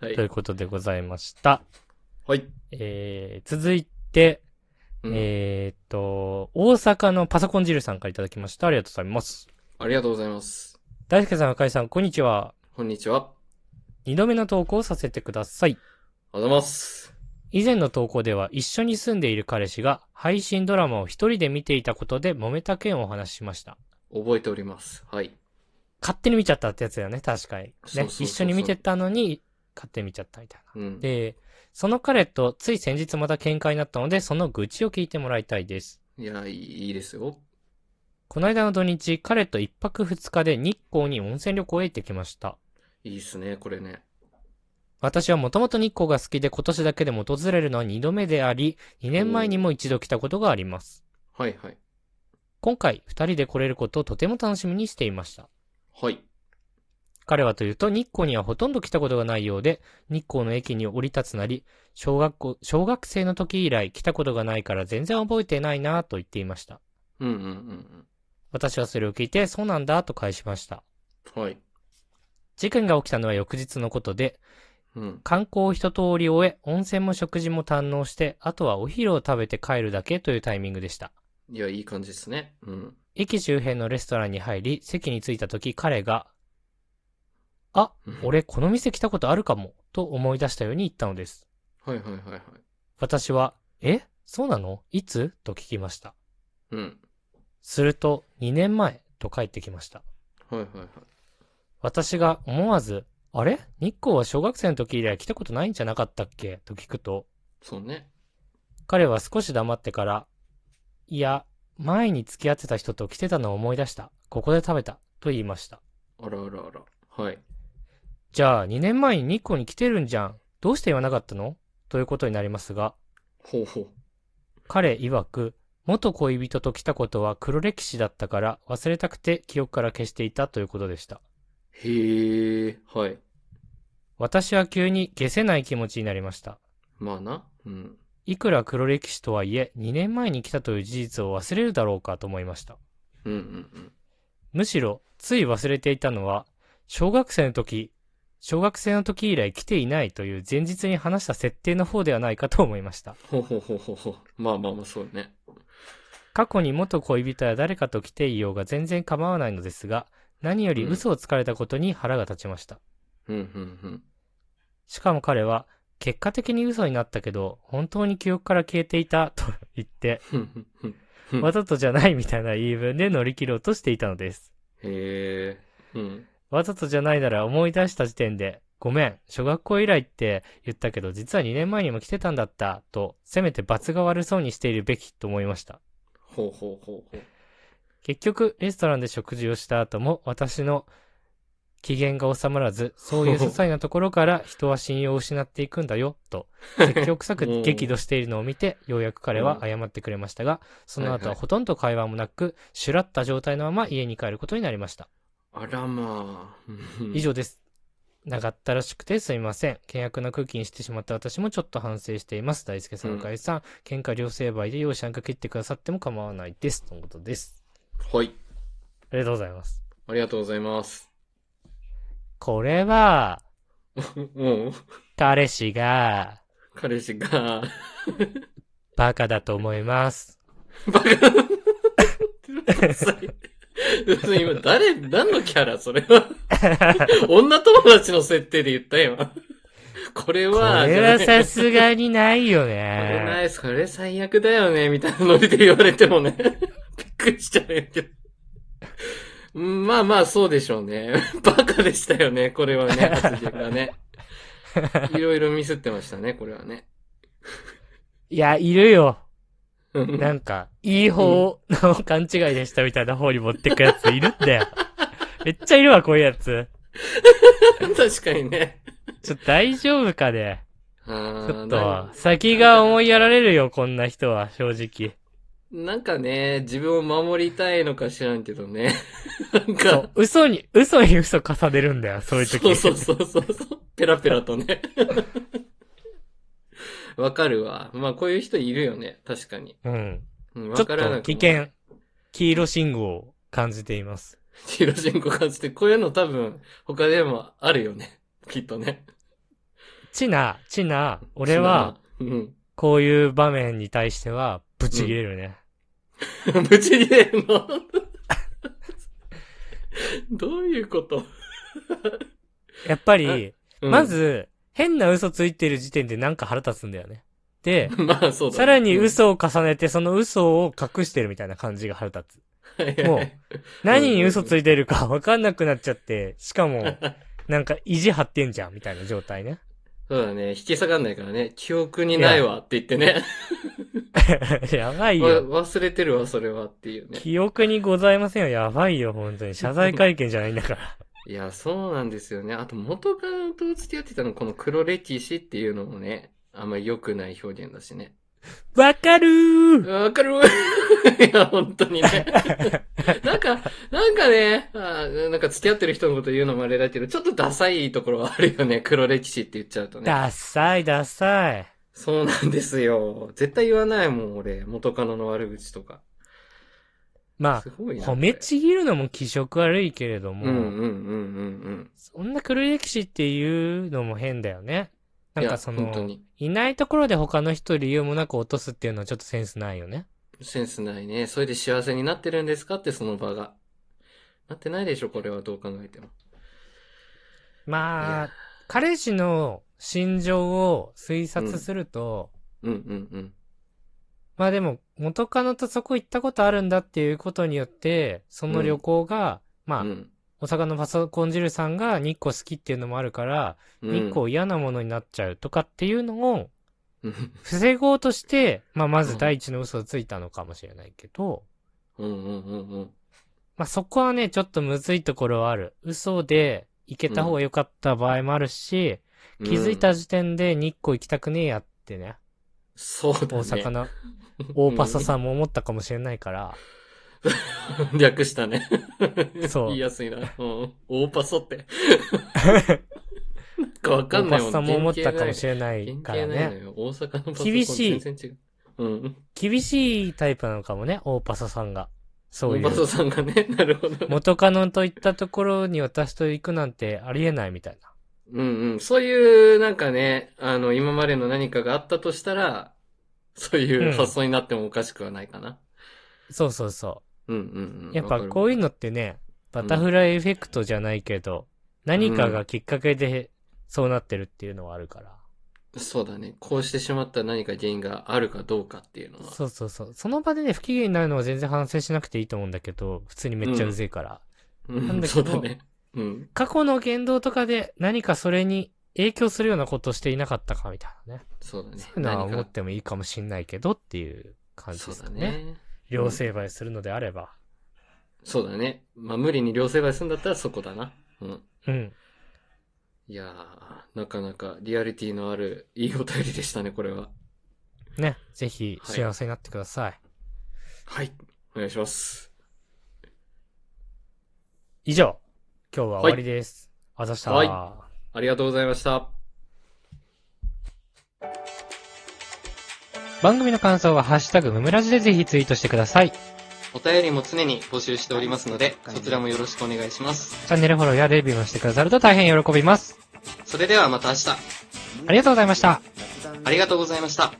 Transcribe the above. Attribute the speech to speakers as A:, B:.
A: はい
B: ということでございました。
A: はい。
B: えー、続いて、
A: うん
B: えーっと、大阪のパソコン汁さんからいただきました。ありがとうございます。
A: ありがとうございます。
B: 大輔さん、赤井さん、こんにちは。
A: こんにちは。
B: 二度目の投稿をさせてください。
A: おはようございます。
B: 以前の投稿では一緒に住んでいる彼氏が配信ドラマを一人で見ていたことで揉めた件をお話ししました。
A: 覚えております。はい。
B: 勝手に見ちゃったってやつだよね、確かに。ね
A: そうそうそうそう
B: 一緒に見てたのに、勝手に見ちゃったみたいな。
A: うん。
B: で、その彼とつい先日また喧嘩になったので、その愚痴を聞いてもらいたいです。
A: いや、いいいいですよ。
B: この間の土日、彼と一泊二日で日光に温泉旅行へ行ってきました。
A: いいっすね、これね。
B: 私はもともと日光が好きで今年だけでも訪れるのは2度目であり、2年前にも一度来たことがあります。
A: はいはい。
B: 今回、2人で来れることをとても楽しみにしていました。
A: はい。
B: 彼はというと日光にはほとんど来たことがないようで、日光の駅に降り立つなり、小学校、小学生の時以来来たことがないから全然覚えてないなぁと言っていました。
A: うんうんうん
B: 私はそれを聞いて、そうなんだと返しました。
A: うん。はい。
B: 事件が起きたのは翌日のことで、
A: うん。
B: 観光を一通り終え、温泉も食事も堪能して、あとはお昼を食べて帰るだけというタイミングでした。
A: いや、いい感じですね。うん。
B: 駅周辺のレストランに入り、席に着いた時彼が、あ、俺この店来たことあるかも、と思い出したように言ったのです。
A: はいはいはいはい。
B: 私は、えそうなのいつと聞きました。
A: うん。
B: すると、2年前と帰ってきました。
A: はいはいはい。
B: 私が思わず、あれ日光は小学生の時以来来たことないんじゃなかったっけと聞くと、
A: そうね。
B: 彼は少し黙ってから、いや、前に付き合ってた人と来てたのを思い出した。ここで食べた。と言いました。
A: あらあらあら。はい。
B: じゃあ、2年前に日光に来てるんじゃん。どうして言わなかったのということになりますが、
A: ほうほう。
B: 彼曰く、元恋人と来たことは黒歴史だったから忘れたくて記憶から消していたということでした。
A: へえ。はい。
B: 私は急に消せない気持ちになりました。
A: まあな。うん。
B: いくら黒歴史とはいえ、2年前に来たという事実を忘れるだろうかと思いました。
A: うんうん
B: むしろ、つい忘れていたのは、小学生の時、小学生の時以来来ていないという前日に話した設定の方ではないかと思いました。
A: うん。ほうほうほうほうほう。まあまあまあ、そうね。
B: 過去に元恋人や誰かと来ていようが全然構わないのですが、何より嘘をつかれたことに腹が立ちました。
A: うんうん
B: しかも彼は、結果的に嘘になったけど、本当に記憶から消えていたと言って、
A: うん。ふんふんふんふん。
B: わざとじゃないみたいな言い分で乗り切ろうとしていたのです。
A: へえ。うん。
B: わざとじゃないなら思い出した時点で、ごめん、小学校以来って言ったけど、実は2年前にも来てたんだった、と、せめて罰が悪そうにしているべきと思いました。
A: ほうほうほうほう。
B: 結局、レストランで食事をした後も、私の機嫌が収まらず、そういう些細なところ から人は信用を失っていくんだよ、と、説教臭
A: も
B: く
A: う
B: 激怒しているのを見て、ようやく彼は謝ってくれましたが、その後はほとんど会話もなく、しゅらった状態のまま家に帰ることになりました。
A: あらまあ。うん
B: 以。上です。長ったらしくてすみません。険悪な空気にしてしまった私もちょっと反省しています。大輔さ、
A: うんん
B: 赤井さん、喧嘩両成敗で容赦なく切ってくださっても構わないです。とのことです。
A: はい。
B: ありがとうございます。
A: ありがとうございます。
B: これは、
A: うん。
B: 彼氏が、
A: 彼氏が、
B: バカだと思います。
A: バカ。別に今、誰、何のキャラそれ は。女友達の設定で言ったよ。今これ
B: こ
A: は、
B: れはさ
A: が
B: すがにないよ
A: これな
B: ね。
A: いそれ最悪だよね、みたいなノリで言われてもね。び っくりしちゃうけど。うんまあまあ、そうでしょうね。 バカでしたよね、これはね、 発言がね。いろいろミスってましたね、これはね。
B: いや、いるよ。
A: うん
B: なんか、いい方の勘違いでしたみたいな方に持ってくやついるんだよ。めっちゃいるわ、こういうやつ。
A: 確かにね。
B: ちょ、大丈夫かね。
A: ちょ
B: ちょっと、先が思いやられるよ、こんな人は、正直。
A: なんかね、自分を守りたいのか知らんけどね。 なんか、
B: 嘘に、嘘に嘘重ねるんだよ、そういう時。
A: そうそうそうそう。ペラペラとね。 わかるわ。まあ、こういう人いるよね。確かに。
B: うん。
A: うん、
B: ちょ
A: わ
B: っ
A: からなく
B: と、
A: も
B: 危険。黄色信号を感じています。
A: ヒ ロシンコかつて、こういうの多分、他でもあるよね。きっとね。
B: ちな、ちな、俺は、、
A: うん。
B: こういう場面に対しては、ぶち切れるね。
A: ぶち切れんの どういうこと、
B: やっぱり、
A: うん
B: ま、ず、変な嘘ついてる時点でなんか腹立つんだよね。で、
A: まあそうだね
B: さらに、嘘を重ねて、その嘘を隠してるみたいな感じが腹立つ。
A: うんはいはい
B: もう何に嘘ついてるかわかんなくなっちゃって、しか も、なんか意地張ってんじゃん、みたいな状態ね。
A: そうだね。引き下がんないからね。記憶にないわって言ってね。
B: やばい
A: わ
B: よ。
A: 忘れてるわ、それはっていうね。
B: 記憶にございませんよ。やばいよ、本当に。謝罪会見じゃないん だから。
A: いや、そうなんですよね。あと、元カノと付き合ってたの、この黒歴史っていうのもね、あんまり良くない表現だしね。
B: わかるー
A: わかる いや、本当に ね。なんか、なんかねあー、なんか付き合ってる人のこと言うのもあれだけど、ちょっとダサいところはあるよ ね。黒歴史って言っちゃうとね。
B: ダッサい、ダッサい。
A: そうなんですよ。絶対言わないもん、俺。元カノの悪口とか。
B: ます
A: ごいな。
B: あ、褒めちぎるのも気色悪いけれど
A: こ
B: も、
A: れうんうんうんうんうん。
B: そんな黒歴史っていうのも変だよね。な
A: い
B: ん
A: や
B: かそ
A: 本当
B: の、
A: に。
B: いないところで他の人を理由もなく落とすっていうのはちょっとセンスないよね。
A: センスないね。それで幸せになってるんですかって、その場が。なってないでしょ、これはどう考えても。
B: ま
A: いや
B: あ、彼氏の心情を推察すると、
A: うんうんうん。
B: まあでも、元カノとそこ行ったことあるんだっていうことによって、その旅行が、まあ、
A: うん
B: 大阪のパソコン汁さんが日光好きっていうのもあるから、
A: うん
B: 日光嫌なものになっちゃうとかっていうのを
A: うん
B: 防ごうとして、まあまず第一の嘘をついたのかもしれないけど、
A: うんうんうんうん。
B: まあそこはね、ちょっとむずいところはある。嘘で行けた方が良かった場合もあるし、気づいた時点で日光行きたくねえやってね、
A: そうだね。
B: 大 阪の大パサさんも思ったかもしれないから、
A: うん。略したね。
B: そう
A: 言いやすいな。うん。大パソ って。なんかわか
B: 大
A: んな
B: パ
A: いも
B: サ
A: ん
B: さんも思ったかもし
A: れ
B: れな
A: ないい
B: から
A: 原型ないの
B: ね。
A: よ。大阪のパソコン
B: 厳しい
A: 全然違う。うん。
B: 厳しいタイプなのかもね、大パサさんが。そう
A: 大
B: い
A: パソ
B: う。
A: さんがね、なるほど。
B: 元カノといったところに私と行くなんてありえないみたいな。
A: うんうん。そういう、なんかね、あの、今までの何かがあったとしたら、そういう発想になってもおかしくはないかな。
B: そうそうそ
A: うんうんうん。
B: う。やっぱこういう
A: の。
B: のってね、バタフライエフェクトじゃないけど、何かがきっかけでそうなってるっていうのはあるから。
A: そうだね。こうしてしまった何か原因があるかどうかっていうのは。
B: そうそうそう。その場でね、不機嫌になるのは全然反省しなくていいと思うんだけど、普通にめっちゃうぜえから。
A: うん
B: なんだけ
A: そ
B: ど
A: うだね。うん。
B: 過去の言動とかで何かそれに影響するようなことをしていなかったかみたいなね。
A: そうだね。
B: そういうのは思
A: 何
B: っ
A: か
B: てもいいかもしんないけどっていう感じ
A: そ
B: で
A: う
B: す
A: だ
B: かね。
A: ね。
B: 両成敗するのであれば。
A: そうだね。まあ、無理に両成敗するんだったらそこだな。うん。
B: うん。
A: いやー、なかなかリアリティのあるいいお便りでしたね、これは。
B: ね。ぜひ
A: はい
B: 幸せになってください。
A: はい。お願いします。
B: 以上。今日は終わりです。あざした。
A: はありがとうございました。
B: 番組の感想はハッシュタグムムラジでぜひツイートしてください。チ
A: お便りも常に募集しておりますので、そちらもよろしくお願いします。
B: ャンネルフォローやレビューもしてくださると大変喜びます。
A: それではまた明日、
B: ありがとうございました。
C: ありがとうございました。